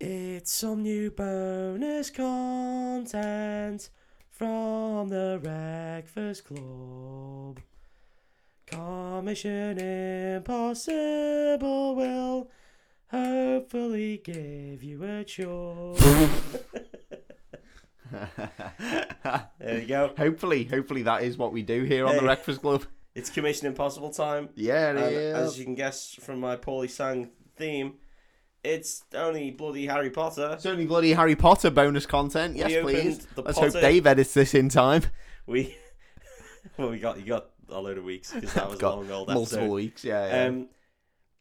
It's some new bonus content from the Breakfast Club. Commission Impossible will hopefully give you a chore. there you go. Hopefully, hopefully that is what we do here on the Hey. Breakfast Club. It's Commission Impossible time. Yeah, it And is. as you can guess from my poorly sang theme, it's only bloody Harry Potter. It's only bloody Harry Potter bonus content. Yes, We opened please. the Let's Potter- hope Dave edits this in time. We well, we got you got a load of weeks because that was a Got long old Multiple episode. weeks. Yeah. yeah. Um,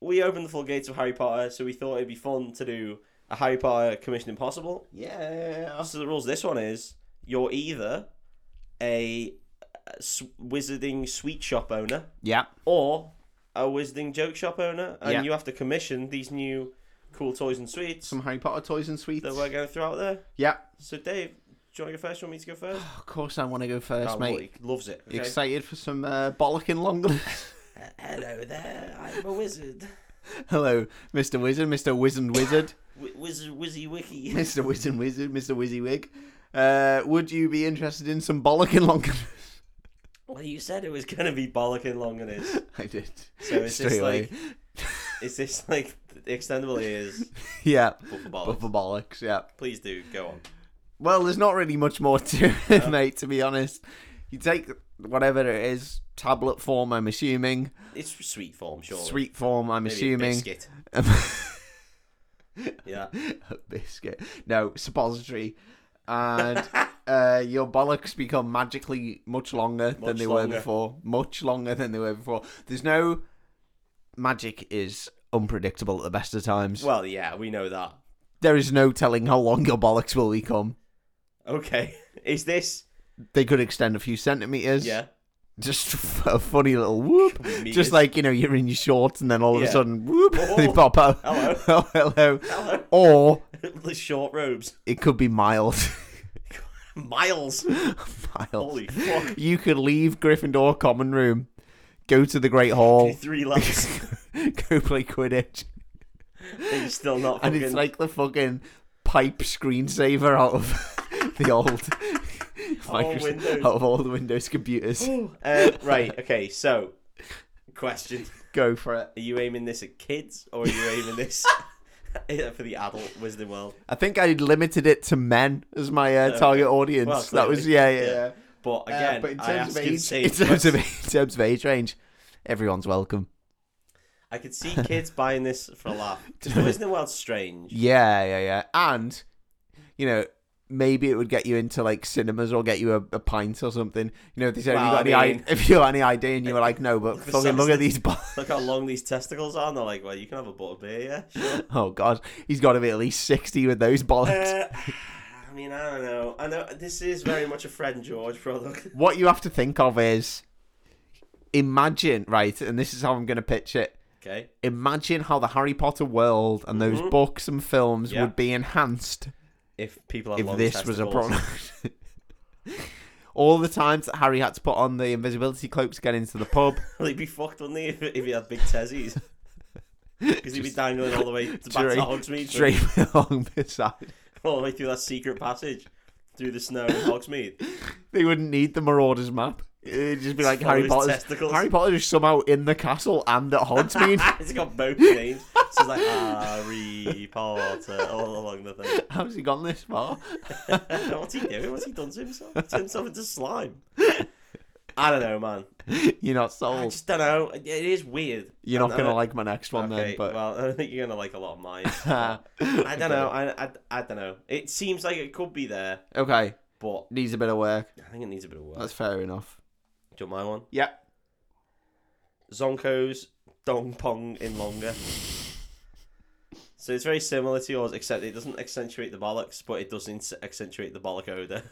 we opened the full gates of Harry Potter, so we thought it'd be fun to do a Harry Potter Commission Impossible. yeah. So the rules of this one is you're either a uh, s- wizarding sweet shop owner Yeah. or a wizarding joke shop owner, and Yeah. you have to commission these new cool toys and sweets Some Harry Potter toys and sweets. that we're going to throw out there. Yeah. So Dave, do you want to go first? Do you want me to go first? Of course, I want to go first, Oh, mate. Morty loves it. You okay. Excited for some uh, bollocking longness. Hello there, I'm a wizard. Hello, Mr. Wizard, Mr. Wizened Wizard, W- wizard Wizzy Wiki. Mr. Wizened Wizard, Mr. Wizzywig. Uh, would you be interested in some bollocking longness? Well, you said it was going to be bollocking long and is. I did. So it's Straight just away. like, is this like extendable ears? yeah. But for bollocks. But for bollocks, yeah. Please do go on. Well, there's not really much more to it, mate, to be honest. You take whatever it is, tablet form, I'm assuming, It's sweet form, surely. sweet form, I'm Maybe a assuming, biscuit. Yeah. biscuit, no, suppository, and uh, your bollocks become magically much longer than Much they were longer. before. Much longer than they were before. There's no magic is unpredictable at the best of times. Well, yeah, we know that. there is no telling how long your bollocks will become. Okay. Is this? They could extend a few centimeters. Yeah. just f- a funny little whoop. Meters. Just like you know, you're in your shorts, and then all of a Yeah. sudden, whoop, Oh, they pop out. hello. oh, hello. Hello. Or the short robes. it could be miles. Miles. miles. Holy fuck. You could leave Gryffindor common room, go to the Great Hall, Three laps. go play Quidditch, and you're still not and fucking. it's like the fucking pipe screensaver out of the old. all Microsoft- Windows. out of all the Windows computers. Uh, right. Okay. So, question: Go for it. Are you aiming this at kids, or are you aiming this for the adult Wizarding World? I think I limited it to men as my uh, Okay. target audience. Well, that was clearly. yeah, yeah. Yeah. yeah. But Uh, again, but in I terms ask of in age, safe in terms of words. in terms of age range, everyone's welcome. I could see kids buying this for a laugh because the Wizarding World's strange. Yeah, yeah, yeah. And you know, maybe it would get you into like cinemas or get you a, a pint or something. You know, if they said Well, have you got I any mean- i- if you got any idea and you were like, no, but Look, the fucking size look at of- these. Bo- Look how long these testicles are, and they're like, "Well, you can have a butter beer, yeah." Sure. oh god, he's got to be at least sixty with those bollocks. Uh, I mean, I don't know. I know this is very much a Fred and George product. what you have to think of is, imagine right, and this is how I'm going to pitch it. Okay, imagine how the Harry Potter world and those books and films Mm-hmm. Yeah. would be enhanced if people have if long this was a testicles. product. All the times that Harry had to put on the invisibility cloak to get into the pub, They'd be fucked, wouldn't they, if, if he had big tezzies? Because he'd be dangling all the way to back straight- to Hogsmeade, straight along beside. all the way through that secret passage, through the snow in Hogsmeade. They wouldn't need the Marauders map. It'd just be like Follow Harry his Potter's. testicles. Harry Potter is somehow in the castle and at Hogsmeade. it's got both names. So it's like Harry Potter all along the thing. How's he gone this far? What's he doing? What's he done to himself? He's turned himself into slime. I don't know, man. You're not I sold. just don't know. It it is weird. Oh. You're And not gonna I- like my next one okay, then, but well, I don't think you're gonna like a lot of mine. I don't know. I, I, I don't know. It seems like it could be there, okay, but needs a bit of work. I think it needs a bit of work. That's fair enough. Do you want my one? Yeah. Zonko's Dong Pong in Longer. So it's very similar to yours, except it doesn't accentuate the bollocks, but it does ins- accentuate the bollock odor.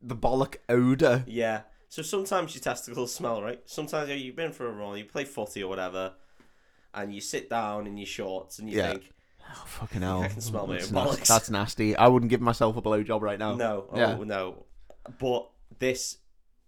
the bollock odor. yeah. So sometimes your testicles smell, right? Sometimes you know, you've been for a run, you play footy or whatever, and you sit down in your shorts and you Yeah. think, Oh, fucking hell! I can smell my that's own nas- bollocks. That's nasty. I wouldn't give myself a blowjob right now. no, oh Yeah. no. But this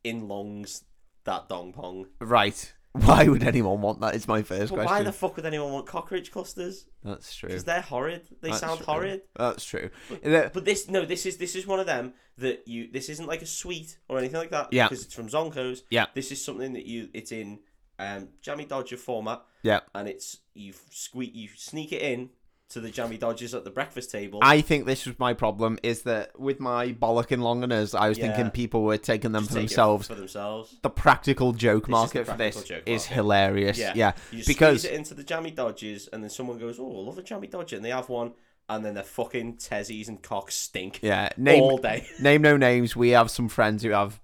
in longs that Dong Pong. Right. Why would anyone want that? Is my first But question. why the fuck would anyone want cockroach clusters? That's true. Because they're horrid. They That's sound true. horrid. That's true. But- Is it- But this no, this is this is one of them that you. This isn't like a sweet or anything like that. Yeah. Because it's from Zonko's. Yeah. This is something that you. It's in um, Jammy Dodger format, yeah. and it's you squeak you sneak it in to the Jammy Dodgers at the breakfast table. I think this was my problem is that with my bollock and longaners, I was Yeah. thinking people were taking them Just for take it themselves. For themselves. The practical joke This is market the for this practical joke is market. hilarious. Yeah. Yeah. You just Because- squeeze it into the jammy dodgers, and then someone goes, "Oh, I love a jammy dodger," and they have one, and then their fucking tezzies and cocks stink Yeah. Name all day. name no names. We have some friends who have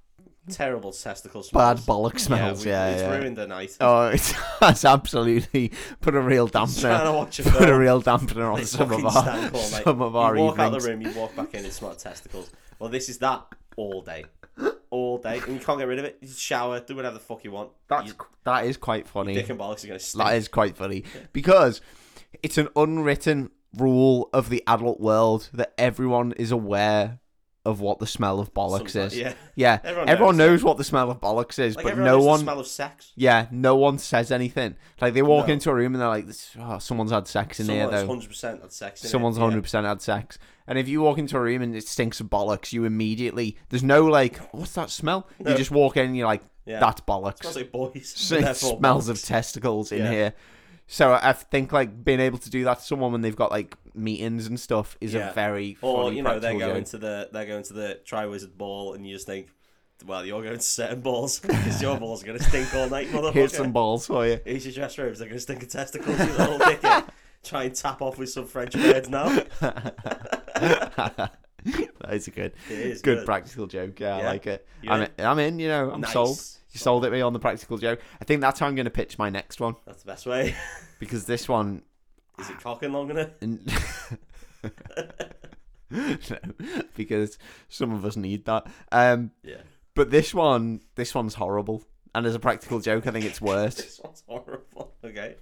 Terrible testicle bad smells. bollock smells. we- Yeah. it's yeah. ruined the night. Oh, it's, that's absolutely put a real Trying dampener. to watch a Put a film. real dampener on They some of fucking our stank all night. some of our you walk out evenings. the room, you walk back in, and smell testicles. Well, this is that all day, all day, and you can't get rid of it. You shower, do whatever the fuck you want. That's You- that is quite funny. dick and bollocks are gonna stink. That is quite funny because it's an unwritten rule of the adult world that everyone is aware of what the smell of bollocks sometimes. is. Yeah, Yeah, Everyone everyone, knows, knows, what the smell of bollocks is, like but everyone no knows the one. smell of sex. Yeah, no one says anything. Like they walk No. into a room and they're like, "This- oh, "Someone's had sex in Someone's here, though. hundred percent had sex. in it. Someone's Yeah. hundred percent had sex." And if you walk into a room and it stinks of bollocks, you immediately there's no like, "What's that smell?" No. You just walk in and you're like, Yeah. "That's bollocks." Smells like boys. So it Therefore, smells bollocks. of testicles in Yeah. here. So I think like being able to do that to someone when they've got like meetings and stuff is Yeah. a very Or funny you know they're practical going joke. to the they're going to the try wizard ball, and you just think, well, you're going to certain balls because your balls are gonna stink all night, motherfucker. Here's some balls for you. Here's your dress robes. They're gonna stink of testicles. You little dickhead. Try and tap off with some French birds now. It that is a good, is good, good. practical joke. Yeah, Yeah. I like it. You I'm in? in, I'm in. You know, I'm Nice. sold. You sold it me on the practical joke. I think that's how I'm going to pitch my next one That's the best way. because this one. Is it cocking long enough? n- no, because some of us need that. Um, Yeah. But this one, this one's horrible. And as a practical joke, I think it's worse. This one's horrible. Okay.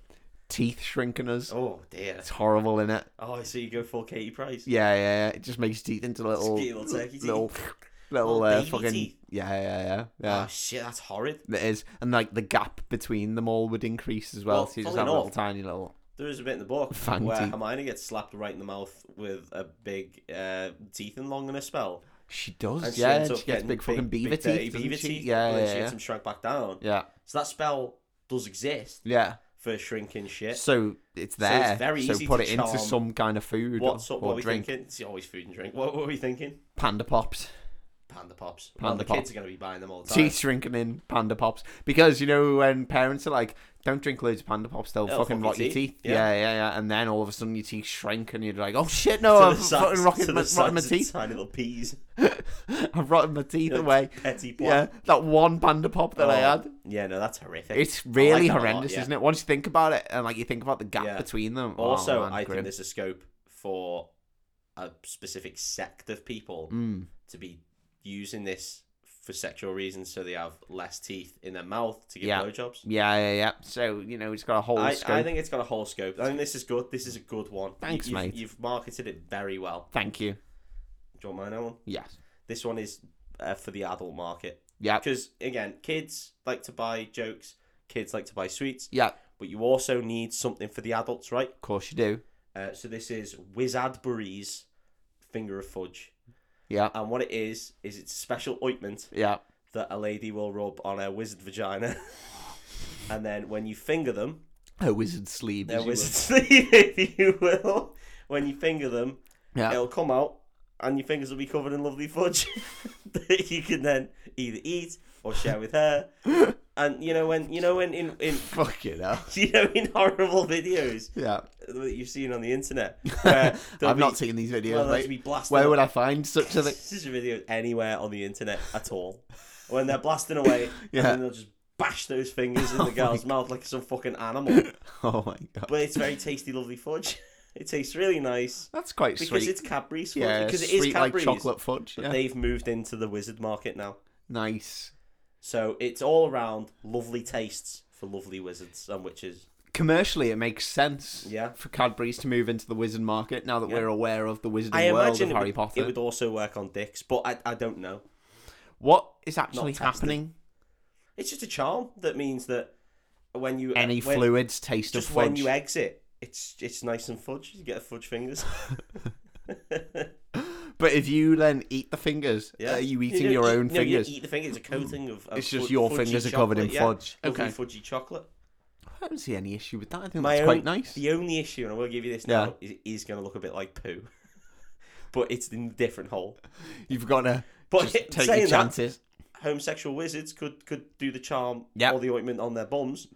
Teeth shrinking us. Oh dear. It's horrible in it. Oh, I see. You go full Katie Price. Yeah, Oh, yeah, yeah. It just makes teeth into little, Just get your little turkey teeth. little, little Little uh, baby fucking. teeth. Yeah, yeah, yeah, Oh yeah. shit, that's horrid. It is, and like the gap between them all would increase as well. Well, so you just funnily have a little enough- tiny little. There is a bit in the book Fang where teeth. Hermione gets slapped right in the mouth with a big uh, teeth and long in a spell. She does. And yeah, ends she, up gets getting big fucking beaver big, dirty teeth. doesn't Beaver she? teeth. Yeah, and yeah, she yeah. gets them shrunk back down. yeah, So that spell does exist yeah. for shrinking shit. So it's there. So, very easy put to it into charm. some kind of food What's or, up? What are or we drink. thinking? It's always food and drink. What, what were we thinking? Panda pops. Panda pops. well, Panda the Pop. kids are going to be buying them all the time. teeth shrinking in panda pops because you know when parents are like don't drink loads of panda pops they'll They'll fucking fuck rot your your teeth. teeth Yeah. yeah. yeah yeah and then all of a sudden your teeth shrink and you're like oh shit no To the i've size- fucking to rotted my, the rotted my size of teeth Tiny little peas. i've rotted my teeth Like away Petty yeah plot. that one panda pop that i Oh, had Yeah, no, that's horrific. it's really that a lot, horrendous yeah. isn't it once you think about it and like you think about the gap Yeah. between them oh, also, man, I grim. think there's a scope for a specific sect of people Mm. to be using this for sexual reasons, so they have less teeth in their mouth to give Yeah. blowjobs. yeah yeah yeah so you know it's got a whole I, scope I think it's got a whole scope. I think this is good. This is a good one. Thanks, you, you've, mate. You've marketed it very well. thank you Do you want my own? yes This one is uh, for the adult market yeah because again, kids like to buy jokes. Kids like to buy sweets, yeah of but you also need something for the adults, right? course you do Uh, so this is Wizardbury's finger of fudge, yeah and what it is is it's a special ointment yeah that a lady will rub on her wizard vagina, and then when you finger them, a wizard sleeve their as you wizard sleeve, if you will, when you finger them, will. yeah it'll come out and your fingers will be covered in lovely fudge that you can then either eat or share with her. And you know when you know when in, in Fuck it up. you know in horrible videos Yeah. that you've seen on the internet where there'll I've be, not seen these videos. well, mate. they'll be blasting Where would up- I find such a thing? this is a video anywhere on the internet at all. When they're blasting away and Yeah. then they'll just bash those fingers in the girl's mouth like some fucking animal. Oh my god. But it's very tasty, lovely fudge. It tastes really nice. That's quite Because sweet. it's Cadbury's fudge. yeah, because it sweet is like Cadbury's. chocolate fudge. But Yeah. they've moved into the wizard market now. Nice. So it's all around lovely tastes for lovely wizards and witches. Commercially, it makes sense Yeah. for Cadbury's to move into the wizard market now that we're aware of the wizarding I world imagine of it Harry would, Potter. it would also work on dicks, but I, I don't know. What is actually Not tested. happening? It's just a charm that means that when you Any when- fluids taste just of when fudge. you exit, it's it's nice and fudge. You get fudge fingers. but if you then eat the fingers, Yeah, are you You eating don't your eat- own no, you don't fingers? eat the fingers. It's a coating of. of It's just fud- your fudgy fingers are covered in chocolate, yeah. fudge. Lovely Okay. fudgy chocolate. I don't see any issue with that. I think My that's own- quite nice. The only issue, and I will give you this now, is it is going to look a bit like poo, but it's in a different hole. You've got to But just it- take your saying that, chances. homosexual wizards could could do the charm Yep. or the ointment on their bums,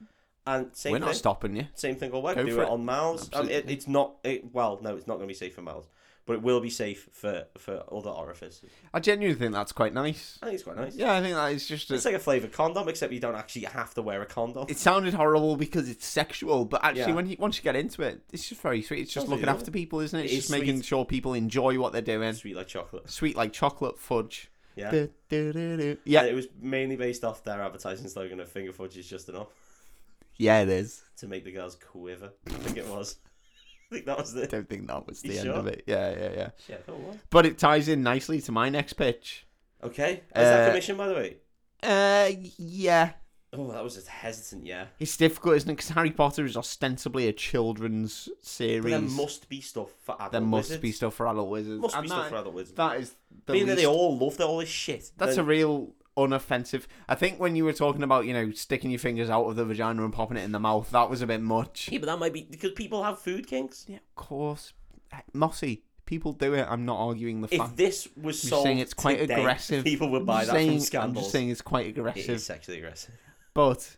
and same We're thing. not stopping you. same thing will work. Go do for it, it. on mouths. Um, it, Absolutely. it's not. It, well, no, it's not going to be safe for mouths, but it will be safe for for other orifices. I genuinely think that's quite nice. I think it's quite nice. Yeah, I think that is just. A, It's like a flavored condom, except you don't actually have to wear a condom. it sounded horrible because it's sexual, but actually, Yeah. when you, once you get into it, it's just very sweet. It's just Sounds looking really after people, isn't it? It's It is just making sweet. sure people enjoy what they're doing. Sweet like chocolate. Sweet like chocolate fudge. Yeah. Du- du- du- du. And Yeah, it was mainly based off their advertising slogan of finger fudge is just enough yeah, it is. to make the girls quiver. I think it was. I think that was the. Don't think that was You the end of sure? it. Yeah, yeah, yeah. Yeah, I thought it was. But it ties in nicely to my next pitch. Okay. Is that Uh, commission, by the way? Uh, yeah. Oh, that was a hesitant, yeah. It's difficult, isn't it? Because Harry Potter is ostensibly a children's But there series. must be stuff for adult There must wizards. be stuff for adult wizards. Must be And stuff that- for adult wizards. That is the Being that they least- all love that, all this shit. That's a then real unoffensive. I think when you were talking about, you know, sticking your fingers out of the vagina and popping it in the mouth, that was a bit much. yeah, but that might be because people have food kinks. Yeah, of course. Eh, Mossy, people do it. I'm not arguing the If fact. this was I'm sold just saying it's quite today, aggressive. people would I'm buy just that saying, from I'm scandals. just saying it's quite it aggressive. is sexually aggressive. But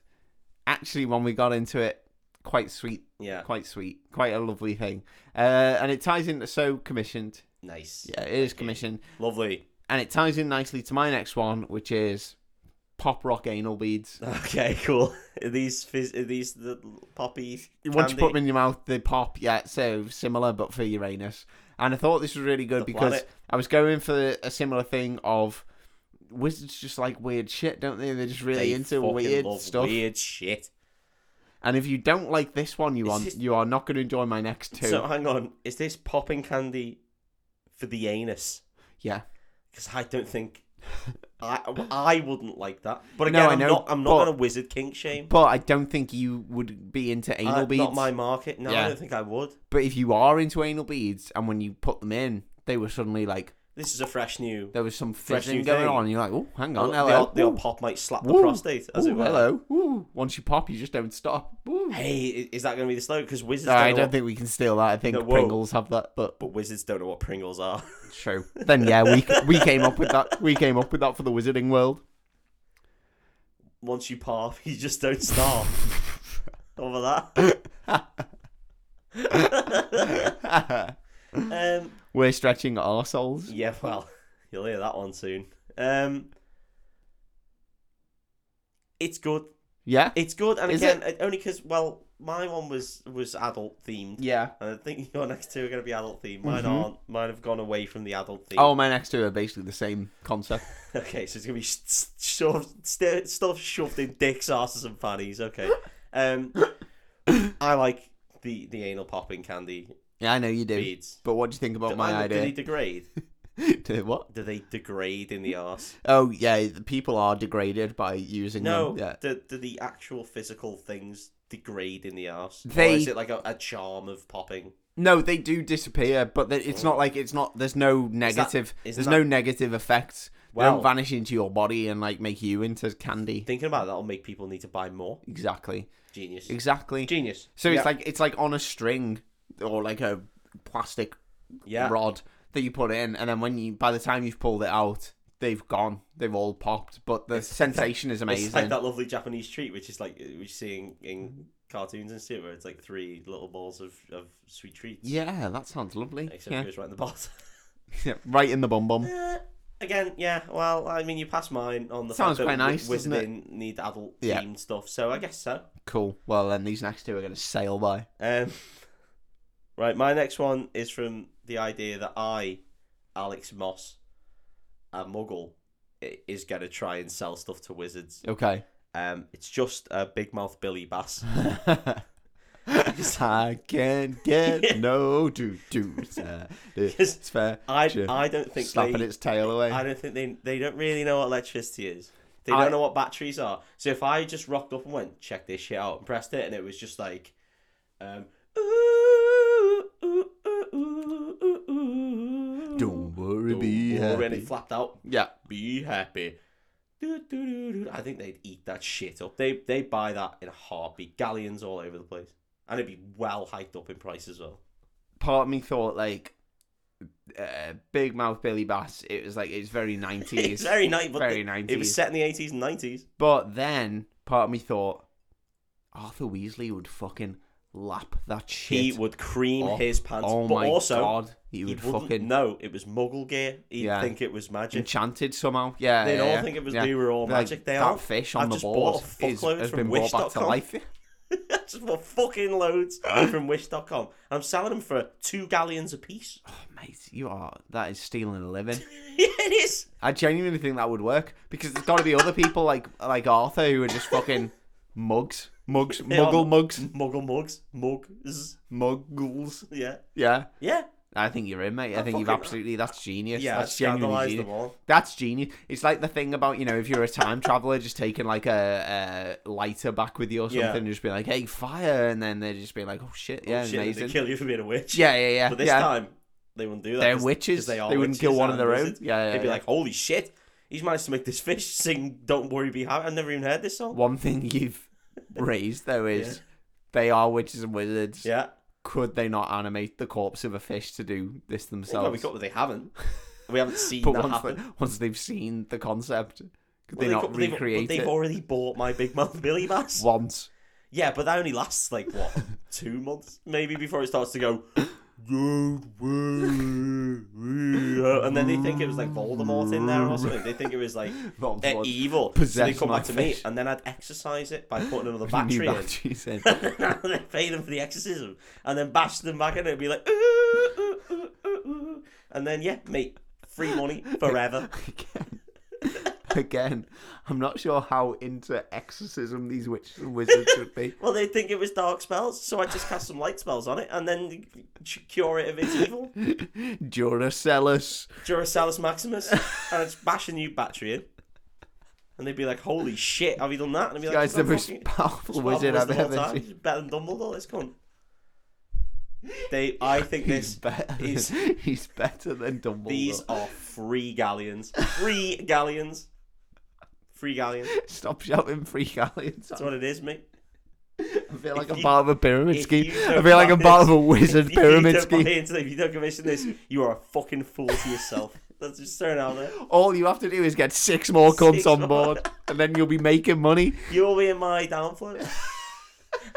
actually, when we got into it, quite sweet, Yeah, quite sweet, quite a lovely thing. Uh, and it ties into so commissioned. nice. Yeah, it is commissioned. Lovely. And it ties in nicely to my next one, which is pop rock anal beads. Okay, cool. Are these fizz, are these the poppy. Once you candy? put them in your mouth, they pop. Yeah, so similar, but for Uranus. And I thought this was really good The because planet. I was going for a similar thing of wizards just like weird shit, don't they? They're just really They into fucking weird love stuff. Weird shit. And if you don't like this one, you It's are just- you are not going to enjoy my next two. So hang on, is this popping candy for the anus? yeah, Because I don't think I I wouldn't like that. But again, No, I I'm know, not I'm not but- gonna wizard kink shame. but I don't think you would be into anal Uh, beads. Not my market. No, Yeah. I don't think I would. But if you are into anal beads, and when you put them in, they were suddenly like This is a fresh new. there was some Fresh fizzing new going thing. on. You're like, oh, hang The, on, the, hello. old- the old Ooh. pop might slap Ooh. the prostate, as Ooh, it were. hello. Ooh. Once you pop, you just don't stop. Ooh. Hey, i- is that going to be the slogan? Because wizards No, don't I know don't what- think we can steal that. I think No, whoa. Pringles have that, but But wizards don't know what Pringles are. true. Then yeah, we we came up with that. We came up with that for the Wizarding World. Once you pop, you just don't stop. Over that. Um, We're stretching our souls. yeah, well, you'll hear that one soon. Um, it's good. Yeah. It's good, and Is again, it? only because well, my one was was adult themed, Yeah. and I think your next two are going to be adult themed. Mine aren't. Mine have gone away from the adult theme. Mm-hmm. Oh, my next two are basically the same concept. Okay, so it's gonna be sh- sh- shoved, st- stuff shoved in dicks, asses, and fannies. Okay, um, I like the the anal popping candy Yeah, I know you do. beads. But what do you think about Do- my and Do they idea? degrade? Do what? Do they degrade in the arse? Oh yeah, the people are degraded by using No. them. Yeah. Do, do the actual physical things degrade in the arse? Or They- is it like a, a charm of popping? No, they do disappear, but they- it's not like it's not. There's no negative. isn't there's that- no negative effects. They Well- don't vanish into your body and like make you into candy. Thinking about it, that'll make people need to buy more. Exactly. Genius. Exactly. Genius. So Yeah. it's like it's like on a string or like a plastic yeah. rod that you put in, and then when you by the time you've pulled it out, they've gone. They've all popped. But the sensation is amazing. Mm-hmm. It's like that lovely Japanese treat, which is like we see in, in cartoons and shit, where it's like three little balls of, of sweet treats. Yeah, that sounds lovely. Except it Yeah. goes right in the bottom. Yeah, right in the bum bum. Eh, Again, yeah. Well, I mean, you passed mine on the Sounds fact quite that wi- nice, doesn't it? Wizarding need adult Yeah. themed stuff, so I guess so. Cool. Well, then these next two are going to sail by. Um, right, my next one is from the idea that I, Alex Moss, a Muggle, i- is gonna try and sell stuff to wizards. Okay. Um, it's just a big mouth Billy Bass. I can get no Uh, do do. It's fair. I Sure. I don't think Slapping they, its tail away. I don't think they they don't really know what electricity is. They don't I- know what batteries are. So if I just rocked up and went, check this shit out, and pressed it, and it was just like, um, ooh, ooh, ooh, ooh, ooh, ooh. Don't worry, Don't be worry, and happy. it flapped out. Yeah, Be happy. Do, do, do, do. I think they'd eat that shit up. They they buy that in a heartbeat. Galleons all over the place, and it'd be well hiked up in price as well. part of me thought like uh, Big Mouth Billy Bass. It was like it's very nineties. It's very nice, but very it, it was 90s. set in the eighties and nineties. But then part of me thought Arthur Weasley would fucking lap that shit. He would cream Oh, his pants, oh but my also god, he he would would fucking know it was Muggle gear. He'd Yeah. think it was magic. enchanted somehow. Yeah, They'd yeah, all yeah. think it was yeah. we were all Like, magic. They that aren't. fish I've on the just board bought a is- fuckload has from been brought back to wish.com. life. Just for fucking loads from Wish.com. I'm selling them for two galleons a piece. Oh, mate, you are that is stealing a living. it is. I genuinely think that would work because there's got to be other people like like Arthur who are just fucking mugs, mugs, They are muggle mugs, Muggle mugs. Mugs. muggles. Yeah. Yeah, Yeah. I think you're in, mate. I, I think you've fucking- absolutely that's genius. Yeah. that's genuinely Scandalized genius. them all. That's genius. It's like the thing about you know if you're a time traveler, just taking like a, a lighter back with you or something, Yeah. and just be like, "Hey, fire!" and then they're just being like, "Oh shit, yeah, Yeah, shit, they amazing." kill you for being a witch. Yeah, yeah, yeah. But this yeah. time, they wouldn't do that. They're 'cause- witches. 'cause They, are They wouldn't kill witches one of and their own. wizards. Yeah, yeah, They'd be yeah. like, holy shit, he's managed to make this fish sing Don't Worry Be Happy. I've never even heard this song. one thing you've raised though is they are witches and wizards. Yeah. Could they not animate the corpse of a fish to do this So well, we themselves? got what they haven't. We haven't seen but that once, happen. they, once they've seen the concept, could Well, they got- not they've- recreate but they've it already bought my Big Mouth Billy Bass. once? Yeah, but that only lasts like what two months, maybe before it starts to go. "Don't worry." and then they think it was like Voldemort in there or something. They think it was like Voldemort they're evil. so they possessed come my back to me, fish. and then I'd exercise it by putting another New battery in. batteries in. they pay them for the exorcism, and then bash them back, and it'd be like, ooh, ooh, ooh, ooh, ooh. and then yeah, mate, free money forever. again. Again, I'm not sure how into exorcism these witches and wizards should be. Well, they think it was dark spells, so I just cast some light spells on it and then c- cure it of its evil. Duracellus. Duracellus Maximus, and it's bashing you battery in. And they'd be like, "Holy shit, have you done that?" And I'd be like, Guy's the "I'm most fucking- powerful I'm wizard I've the whole ever time. seen. He's better than Dumbledore. This cunt." They, I think this. He's better. is- Than, he's better than Dumbledore. These are free galleons. Free galleons. Free galleons. Stop shouting free galleons. That's what it is, mate. I feel like if I'm you- part of a pyramid if scheme. you I don't feel like buy I'm part this- of a wizard If you pyramid don't buy scheme. into it, If you don't commission this, you are a fucking fool to yourself. That's just thrown out there. All you have to do is get six more cunts Six on more. board, and then you'll be making money. You'll be in my downflow.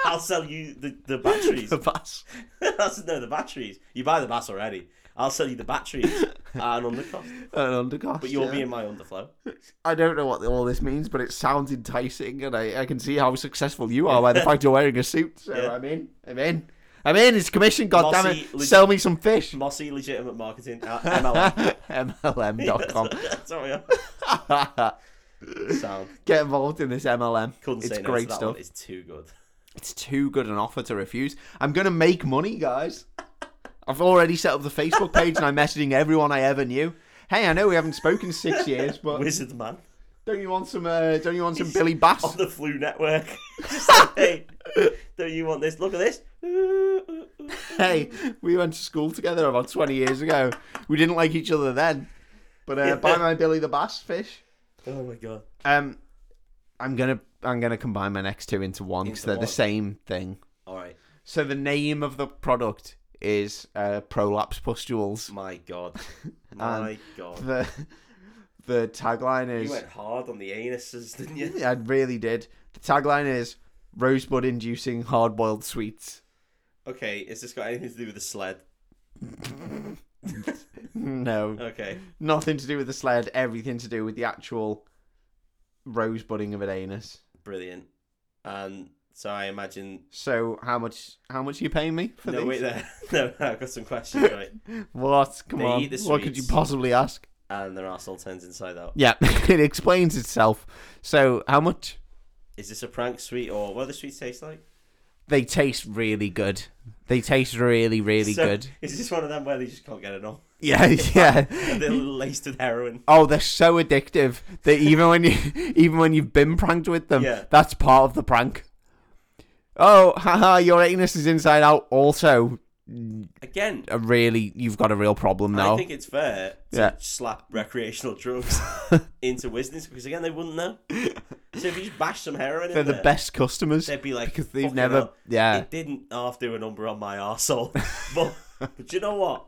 I'll sell you the, the batteries. The bus. That's no the batteries. You buy the bus already. I'll sell you the batteries at an undercost. An uh, undercost. But you'll yeah. be in my underflow. I don't know what all this means, but it sounds enticing, and I, I can see how successful you are by the fact you're wearing a suit. So Yeah. I'm in. I'm in. I'm in. It's commission. God damn it! Mossy, leg- Sell me some fish. Mossy legitimate marketing at MLM. MLM.com. That's what we are. Sound. Get involved in this MLM. Couldn't it's say no to great that stuff. one. It's too good. It's too good an offer to refuse. I'm gonna make money, guys. I've already set up the Facebook page, and I'm messaging everyone I ever knew. Hey, I know we haven't spoken in six years, but Wizard man don't you want some? Uh, don't you want some Billy Bass? on the flu network. Just like, hey, don't you want this? Look at this. Oh hey, we went to school together about 20 years ago. We didn't like each other then. But uh, buy my Billy the Bass fish. Oh my god. Um, I'm gonna I'm gonna combine my next two into one because Into they're the one. same thing. All right. So the name of the product is uh, prolapse pustules. My god. My god. The the tagline You is went hard on the anuses, didn't you? I really did. The tagline is rosebud inducing hard boiled sweets. Okay, is this got anything to do with the sled? No, Okay. nothing to do with the sled. Everything to do with the actual rosebudding of an anus. Brilliant. And so I imagine. So how much how much are you paying me for no, these? wait there. No, I've got some questions, right? What? Come They on. eat the What could you sweets. possibly ask? And their arsehole turns inside out. Yeah, it explains itself. So how much? Is this a prank sweet or what do the sweets taste like? They taste really good. They taste really, really So, good. Is this one of them where they just can't get it on? Yeah, yeah. They're laced with heroin. Oh, they're so addictive that even when you even when you've been pranked with them, Yeah. that's part of the prank. Oh, haha, your anus is inside out. Also, Again, a really you've got a real problem I now. think it's fair to Yeah. slap recreational drugs into business because again they wouldn't know. So if you just bash some heroin They're in the there, best customers they'd be like, because they've "Fucking never hell, yeah. It didn't half do a number on my arsehole. but, but you know what?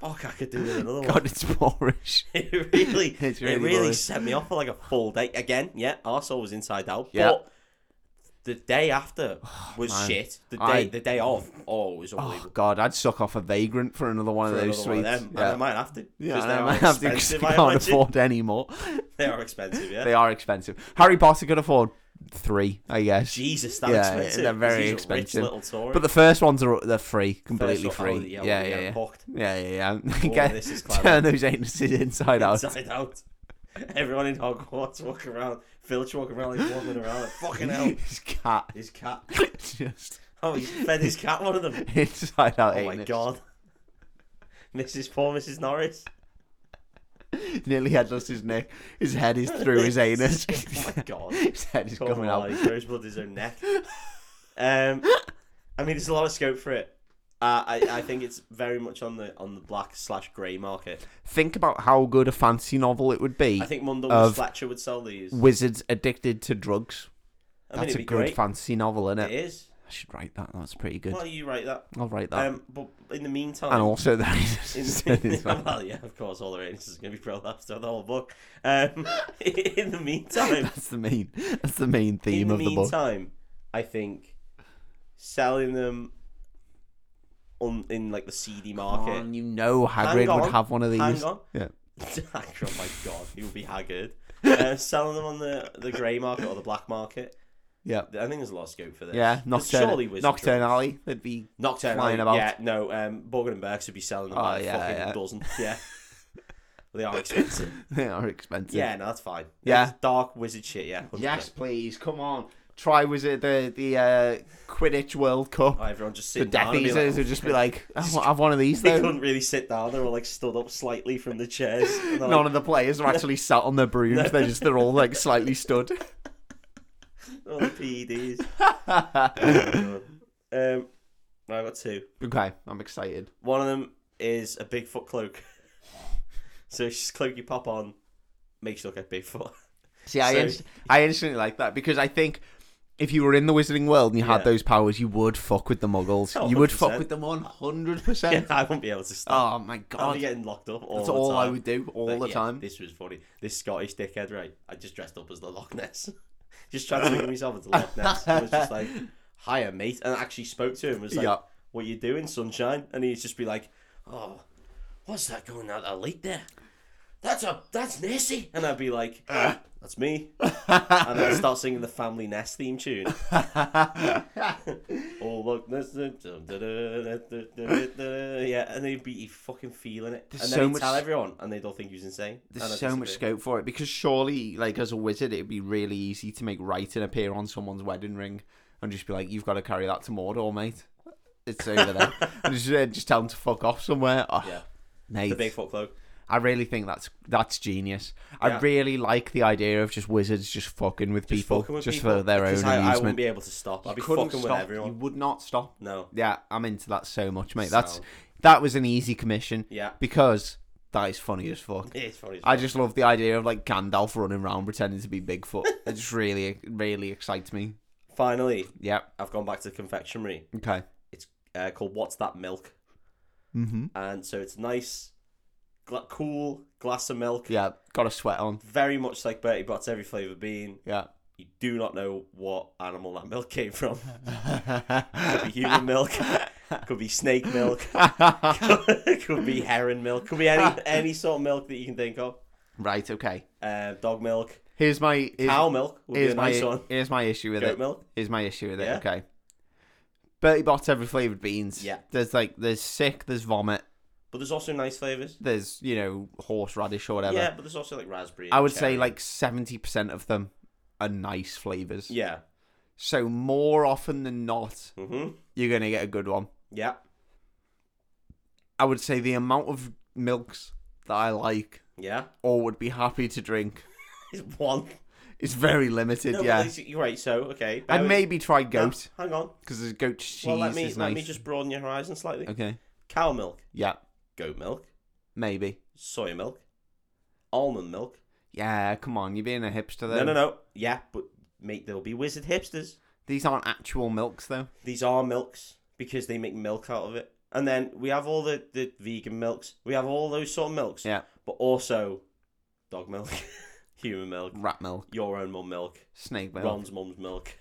Fuck, I could do with another one. God, it's boorish. It really, It's it really really boring. set me off for like a full day. Again, yeah, arsehole was inside out. Yeah. But the day after was man. shit. The day, I- the day of, oh, it was Oh unbelievable. God, I'd suck off a vagrant for another one for of those another one of sweets. them. And I Yeah. might have to. Yeah, because they I are might have to 'cause expensive, they I can't imagine. afford any more. They are expensive, yeah. They are expensive. Harry Potter could afford three, I guess. Jesus, that Yeah, expensive. they're 'cause very he's a rich expensive. little Tory. But the first ones are they're free, completely First of all, free. yeah, yeah, we yeah, get yeah. fucked Yeah, yeah, yeah. Oh, this is clever. Turn those anuses inside out. inside out. Everyone in Hogwarts walking around. Filch walking around, like wobbling around. Like, Fucking hell. His cat. His cat. Just Oh, he fed his cat one of them. inside out Oh anus. my god. Mrs. Poor Mrs. Norris. Nearly headless his neck. His head is through his anus. oh my god. Oh his head is Come coming on, out. he throws blood at his own neck. Um, I mean, there's a lot of scope for it. Uh, I, I think it's very much on the on the black slash grey market. Think about how good a fantasy novel it would be. I think Mundell Of- Fletcher would sell these. I mean, Wizards addicted to drugs. That's it'd a be good great. fantasy novel, isn't It it? is. I should write that. That's pretty good. Well, you write that. I'll write that. Um, but in the meantime, and also the in anuses the, well, yeah, of course, all the anus is going to be prolapsed throughout the whole book. Um, in the meantime, That's the main. That's the main in theme the of the book. meantime, I think selling them on in like the CD market. And you know Hagrid Hang would on, have one of these. Hang on. Yeah. oh my god, he would be haggard. Uh, selling them on the, the grey market or the black market. Yeah. I think there's a lot of scope for this. Yeah, There's surely Nocturne, wizardry. Nocturne Alley. That'd be Nocturne. flying Alley, about. Yeah, no, um, Borgin and Burks would be selling them Oh, by the yeah, fucking yeah. dozen. Yeah. they are expensive. they are expensive. Yeah, no, that's fine. Yeah. That's dark wizard shit, yeah. 100%. Yes, please. Come on. Try was it the the uh, Quidditch World Cup? Oh, everyone just the sitting Death down. and be Eaters like, would just be like, I want- I have one of these they though. couldn't really sit down. They were like stood up slightly from the chairs. And they're None of the players are actually sat on their brooms. They're just they're all like slightly stood. like, oh, the PEDs. okay, um, right, I've got two. I'm excited. One of them is a Bigfoot cloak. so it's just a cloak you pop on, makes you look like Bigfoot. See, I So- inst- I instantly like that because I think if you were in the Wizarding World and you Yeah. had those powers, you would fuck with the Muggles. Oh, you would fuck 100%. with them one hundred Yeah, percent. I won't be able to stop. Oh my I'll be god, getting locked up all that's the all time. I would do all But the yeah, time. This was funny. This Scottish dickhead, right? I just dressed up as the Loch Ness. just tried to make myself into Loch Ness. I was just like, hiya, mate. And I actually spoke to him. was like, Yeah. what you doing, sunshine? And he'd just be like, oh, what's that going out that lake there? That's a that's Nessie. And I'd be like, Ah. that's me. and I'd start singing the Family Nest theme tune. oh, look, Ness. dun, dun, dun, dun, dun, dun, dun, dun. yeah, and they'd be fucking feeling it. and then so he'd much- tell everyone, and they'd all think he was insane. And There's I'd so much disappear. scope for it because surely, like as a wizard, it'd be really easy to make writing appear on someone's wedding ring and just be like, "You've got to carry that to Mordor, mate. It's over there." and just, uh, just tell them to fuck off somewhere. Oh, Yeah. The mate, Bigfoot cloak. I really think that's that's genius. Yeah. I really like the idea of just wizards just fucking with Just people fucking with just people, for their own because I, I wouldn't amusement. be able to stop. I'd be Couldn't fucking with stop. everyone. You would not stop. No. Yeah, I'm into that so much, mate. That's So- that was an easy commission Yeah. because that is funny as fuck. It's funny. as I just love the idea of like Gandalf running around pretending to be Bigfoot. It just really, really excites me. fuck. Finally, Yeah. I've gone back to the confectionery. Okay. It's uh, called What's That Milk? Mm-hmm. And so it's nice, gla- cool glass of milk. Yeah. Got a sweat on. Very much like Bertie Bott's Every Flavour Bean. Yeah. You do not know what animal that milk came from. Could be human milk. Could be snake milk. could be heron milk. Could be any any sort of milk that you can think of. right. Okay. Uh, dog milk, Here's my here's, cow milk would be here's a my nice one. here's my issue with Goat it. milk. Here's my issue with it. Yeah. Okay. Bertie Bott's every flavored beans. Yeah. There's like there's sick. There's vomit. But there's also nice flavours. There's you know horseradish or whatever. Yeah, but there's also like raspberry. I and would cherry. say like seventy percent of them are nice flavors. Yeah. So more often than not, Mm-hmm. you're gonna get a good one. Yeah. I would say the amount of milks that I like Yeah, or would be happy to drink it's one. is very limited. No, but yeah, it's- you're right. So okay, bear I'd with- maybe try No, goat hang on. because there's goat cheese. well, let me is let nice. me just broaden your horizon slightly. Okay. Cow milk, Yeah, goat milk, maybe. soy milk, almond milk. Yeah, come on, you're being a hipster though. No, no, no. Yeah, but mate, there'll be wizard hipsters. These aren't actual milks though. These are milks because they make milk out of it. And then we have all the, the vegan milks. We have all those sort of milks. Yeah. But also dog milk, human milk, Rat milk, your own mum milk, snake milk, Ron's mum's milk.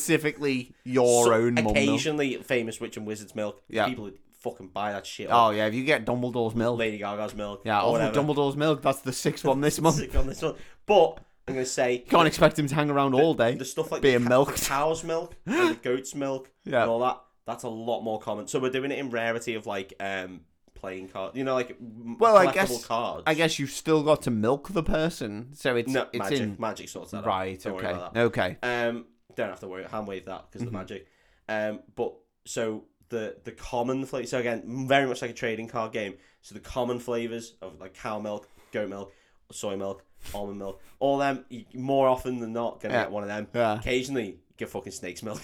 specifically your So- own mum milk. Occasionally famous witch and wizard's milk. Yeah. People would fucking buy that shit. Oh yeah, if you get Dumbledore's milk, Lady Gaga's milk. yeah, or oh, whatever. Dumbledore's milk. That's the sixth one this month. Sick on this one. But I'm going to say. Can't expect him to hang around all day. the stuff like being the, milked. the cow's milk, and the goat's milk, Yeah. and all that. That's a lot more common. So we're doing it in rarity of like um playing cards, you know, like m- Well, I collectible guess- cards. I guess you've still got to milk the person, so it's no, it's magic, in magic sorts that right. out. Don't Okay, worry about okay. that. Um, don't have to worry. Hand wave that because Mm-hmm. of the magic. Um, but so the the common flavor. So again, very much like a trading card game. So the common flavors of like cow milk, goat milk, soy milk, almond milk, all them. You, more often than not, gonna Yeah. get one of them. Yeah, Occasionally, you get fucking snake's milk,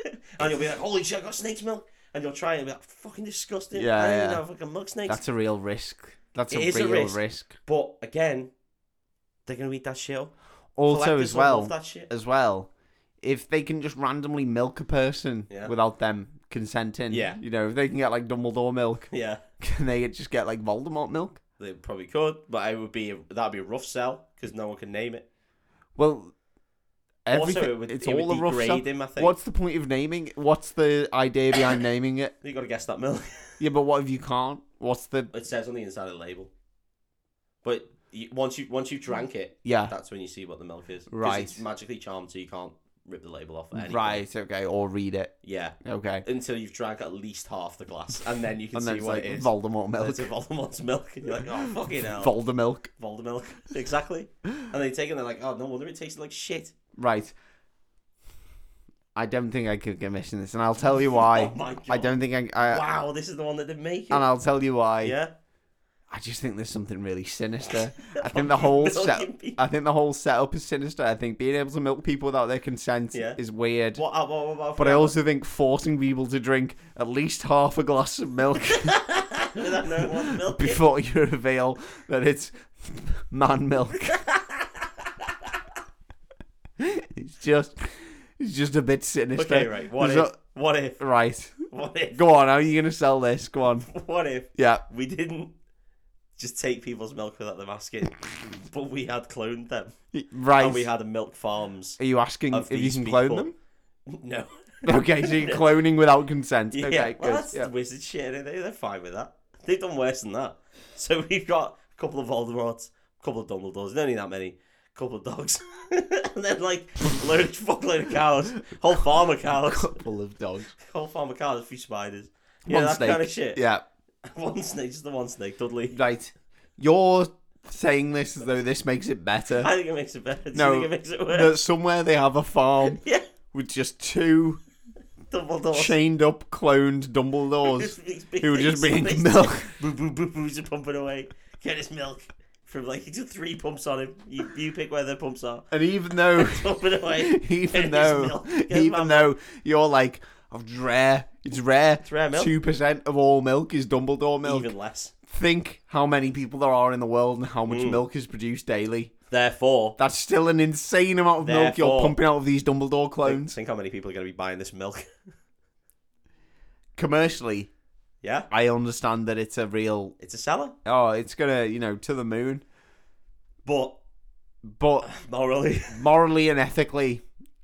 and you'll be like, "Holy shit, I got snake's milk!" And you'll try it and be like, "Fucking disgusting! Yeah, I don't even yeah. know if I can milk snakes." that's a real risk. That's It a is a real risk. risk. But again, they're gonna eat that shit. up. Also, Collectors as will love well, that shit. as well, if they can just randomly milk a person Yeah. without them consenting, Yeah. you know, if they can get like Dumbledore milk, Yeah, can they just get like Voldemort milk? they probably could, but I would be that'd be a rough sell because no one can name it. Well, everything, also, it would, it's it all would a rough degrade stuff. him. I think What's the point of naming? it? What's the idea behind naming it? you got to guess that milk. Yeah, but what if you can't? What's the it says on the inside of the label, but you, once you once you drank it, yeah? that's when you see what the milk is. 'Cause Right. it's magically charmed, so you can't rip the label off. at any point. Right, okay, or read it. Yeah. Okay. until you've drank at least half the glass, and then you can And see then it's what like it is. Voldemort And milk. It's a Voldemort's milk, and you're like, oh fucking hell, Voldemilk. Voldemort, exactly. And they take it, and they're like, oh no wonder it tasted like shit. Right. I don't think I could get missing this, and I'll tell you why. Oh my god! I don't think I. I Wow, this is the one that they make. It. And I'll tell you why. yeah, I just think there's something really sinister. I think the whole set. Million people. I think the whole setup is sinister. I think being able to milk people without their consent Yeah. is weird. What? uh, What? What? What? But I also think forcing people to drink at least half a glass of milk Without knowing what the milk is. before you reveal that it's man milk. it's just, it's just a bit sinister. Okay, right. What if? There's What if? no- right. What if? Go on. How are you gonna sell this? Go on. What if Yeah. we didn't just take people's milk without them asking, but we had cloned them, Right. and we had a milk farms? are you asking of if you these can people. clone them? No. Okay, so you're cloning without consent. Yeah, okay, well, good. that's yeah. wizard shit. innit? They, they're fine with that. They've done worse than that. So we've got a couple of Voldemorts, a couple of Dumbledores, don't need that many, a couple of dogs, and then like a load of fuckload of cows, whole farm of cows, Couple of dogs. whole farm of cows, a few spiders. Yeah, One that snake. kind of shit. Yeah, One snake, just the one snake, Dudley. right. You're saying this as though this makes it better. I think it makes it better. Do No, you think it makes it worse? that somewhere they have a farm Yeah, with just two Dumbledore. chained up cloned Dumbledores who Who were just being milk. boo boo boo boo's are pumping away. Get his milk from like just three pumps on him. You, you pick where the pumps are. And even though, Pump it away. Get even his though, milk. Get my even though you're like, it's rare. It's rare. rare milk. Two percent of all milk is Dumbledore milk. Even less. Think how many people there are in the world and how much Mm. milk is produced daily. Therefore, That's still an insane amount of milk you're Therefore- pumping out of these Dumbledore think, clones. think how many people are going to be buying this milk. Commercially, yeah, I understand that it's a real it's a seller. oh, it's gonna you know to the moon. But But morally, morally and ethically,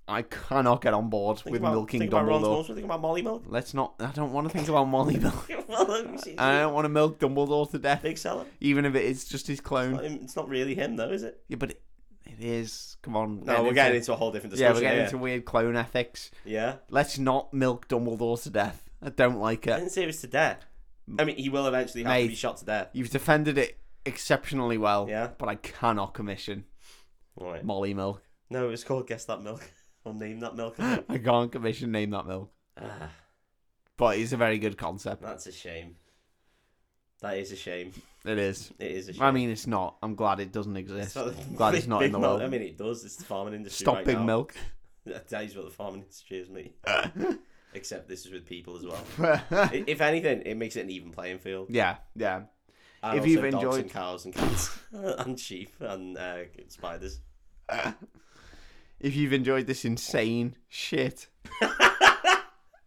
I cannot get on board think with about, milking think about Ron's Dumbledore. mums, Think about Molly milk. Let's not. I don't want to think about Molly milk. well, she's I a don't want to milk Dumbledore to death, big seller. even if it is just his Not clone. him- It's not really him though, is it? Yeah, but it, it is. Come on. No, we're getting into a whole different yeah, discussion. we're getting here. into weird clone ethics. yeah. Let's not milk Dumbledore to death. I don't like I it. didn't say it was to death. I mean, he will eventually have to be Mate. shot to death. You've defended it exceptionally well. Yeah. But I cannot commission All right. Molly Milk. No, it's called Guess That Milk. Or Name That Milk. I think. I can't commission Name That Milk. ah, But it's a very good concept. that's a shame. That is a shame. It is. It is a shame. I mean, it's not. I'm glad it doesn't exist. So- I'm glad it's not Big in the Milk- world. I mean, it does. It's the farming industry. Stop right big now. milk. That tells you what the farming industry is, mate. Except this is with people as well. I- if anything, it makes it an even playing field. yeah, yeah. And If also you've dogs enjoyed- and cows and cats and sheep and uh, spiders. If you've enjoyed this insane shit,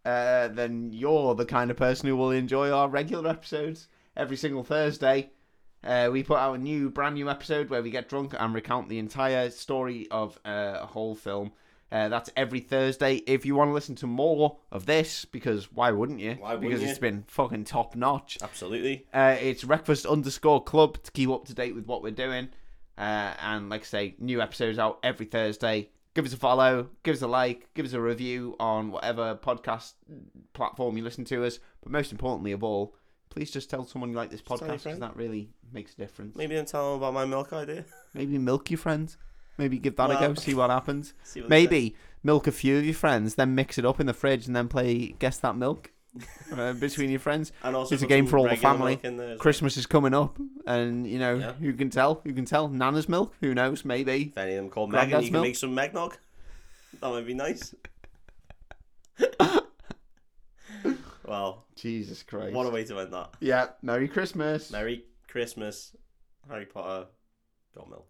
uh, then you're the kind of person who will enjoy our regular episodes every single Thursday. Uh, we put out a new, brand new episode where we get drunk and recount the entire story of uh, a whole film. Uh, that's every Thursday. If you want to listen to more of this, because why wouldn't you? Why wouldn't because you? it's been fucking top notch. Absolutely. Uh, it's breakfast underscore club to keep up to date with what we're doing. Uh, and like I say, new episodes out every Thursday. Give us a follow, give us a like, give us a review on whatever podcast platform you listen to us. But most importantly of all, please just tell someone you like this tell your podcast because friend. that really makes a difference. Maybe then tell them about my milk idea. Maybe milk your friends. Maybe give that a go, Well- see what happens. See what they say. Maybe milk a few of your friends, then mix it up in the fridge, and then play Guess That Milk uh, between your friends. And also It's a put game some for all the regular family. milk in there as well. Christmas is coming up, and you know Yeah. who can tell? Who can tell? Nana's milk? Who knows? Maybe. If any of them call Grandad's Megan, you can milk. make some Megnog. That would be nice. well, Jesus Christ. what a way to end that. yeah. Merry Christmas. Merry Christmas, Harry Potter, got milk.